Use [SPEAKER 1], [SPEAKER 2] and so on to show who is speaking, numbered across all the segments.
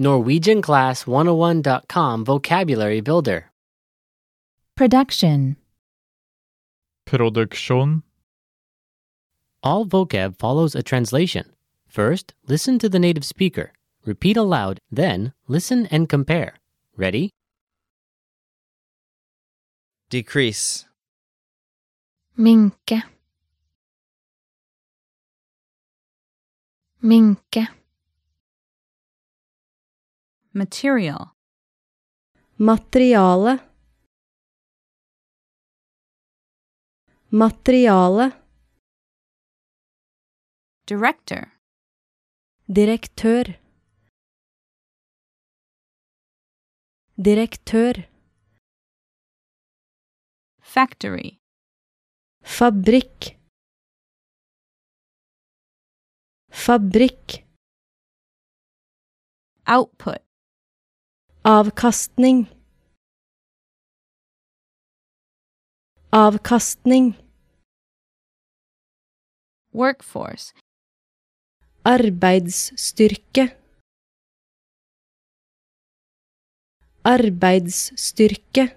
[SPEAKER 1] NorwegianClass101.com Vocabulary Builder.
[SPEAKER 2] Production.
[SPEAKER 3] produksjon,
[SPEAKER 1] All vocab follows a translation. First, listen to the native speaker. Repeat aloud, then, listen and compare. Ready?
[SPEAKER 4] decrease,
[SPEAKER 5] Minke. Minke.
[SPEAKER 6] material,
[SPEAKER 7] Materiale. Materiale.
[SPEAKER 6] director,
[SPEAKER 7] Direktør. Direktør.
[SPEAKER 6] factory,
[SPEAKER 7] Fabrikk. Fabrikk.
[SPEAKER 6] output,
[SPEAKER 7] Avkastning. Avkastning.
[SPEAKER 6] workforce,
[SPEAKER 7] Arbeidsstyrke. Arbeidsstyrke.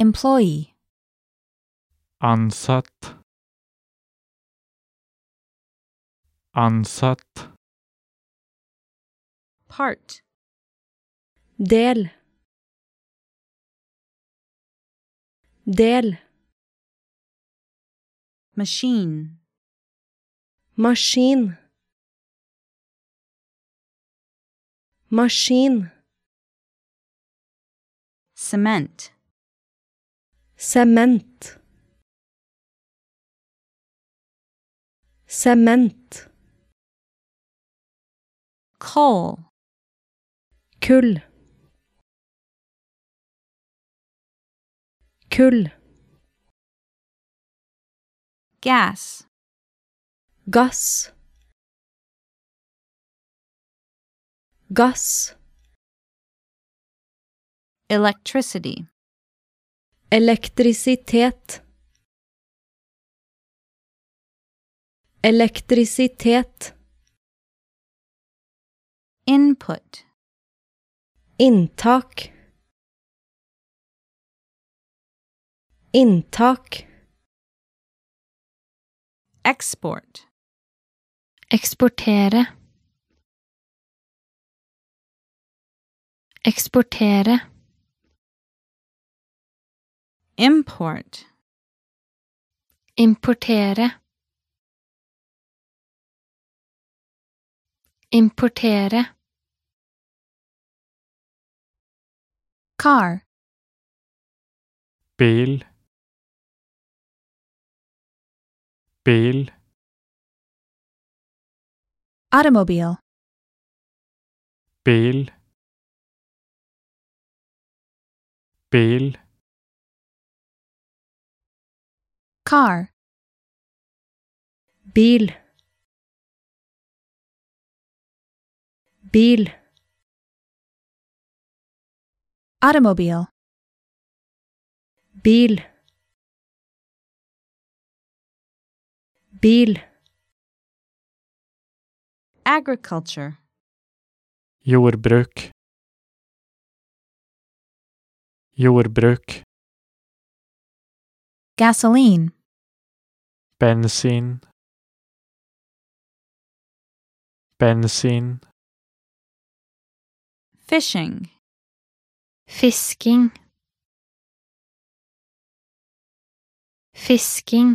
[SPEAKER 2] Employee.
[SPEAKER 3] ansatt, ansatt,
[SPEAKER 6] part,
[SPEAKER 7] Del. Del.
[SPEAKER 6] machine,
[SPEAKER 7] Maskin. Maskin.
[SPEAKER 6] cement,
[SPEAKER 7] Sement. Sement.
[SPEAKER 6] coal,
[SPEAKER 7] Kull. Kull.
[SPEAKER 6] gas,
[SPEAKER 7] Gass. Gass.
[SPEAKER 6] electricity,
[SPEAKER 7] Elektrisitet. Elektrisitet.
[SPEAKER 6] input,
[SPEAKER 7] Inntak. Inntak.
[SPEAKER 6] export,
[SPEAKER 5] Eksportere. Eksportere.
[SPEAKER 6] import,
[SPEAKER 5] Importere. Importere.
[SPEAKER 2] Car.
[SPEAKER 3] bil, bil,
[SPEAKER 2] Automobile.
[SPEAKER 3] bil, bil,
[SPEAKER 2] Car.
[SPEAKER 7] Bil. Bil.
[SPEAKER 2] Automobile.
[SPEAKER 7] Bil. Bil.
[SPEAKER 6] agriculture,
[SPEAKER 3] jordbruk, jordbruk,
[SPEAKER 2] Gasoline.
[SPEAKER 3] bensin, bensin,
[SPEAKER 6] fishing,
[SPEAKER 5] Fisking. Fisking.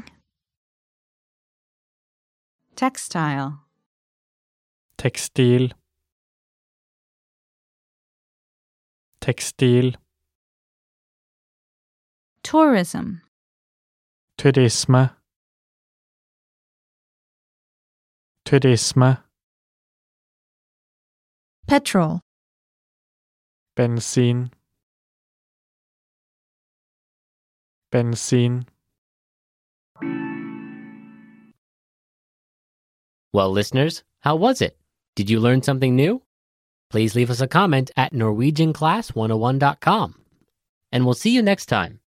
[SPEAKER 6] textile,
[SPEAKER 3] tekstil, tekstil,
[SPEAKER 6] tourism,
[SPEAKER 3] turisme, turisme,
[SPEAKER 2] Petrol.
[SPEAKER 3] bensin, bensin,
[SPEAKER 1] Well, listeners, how was it? Did you learn something new? oh Please leave us a comment at NorwegianClass101.com. And we'll see you next time.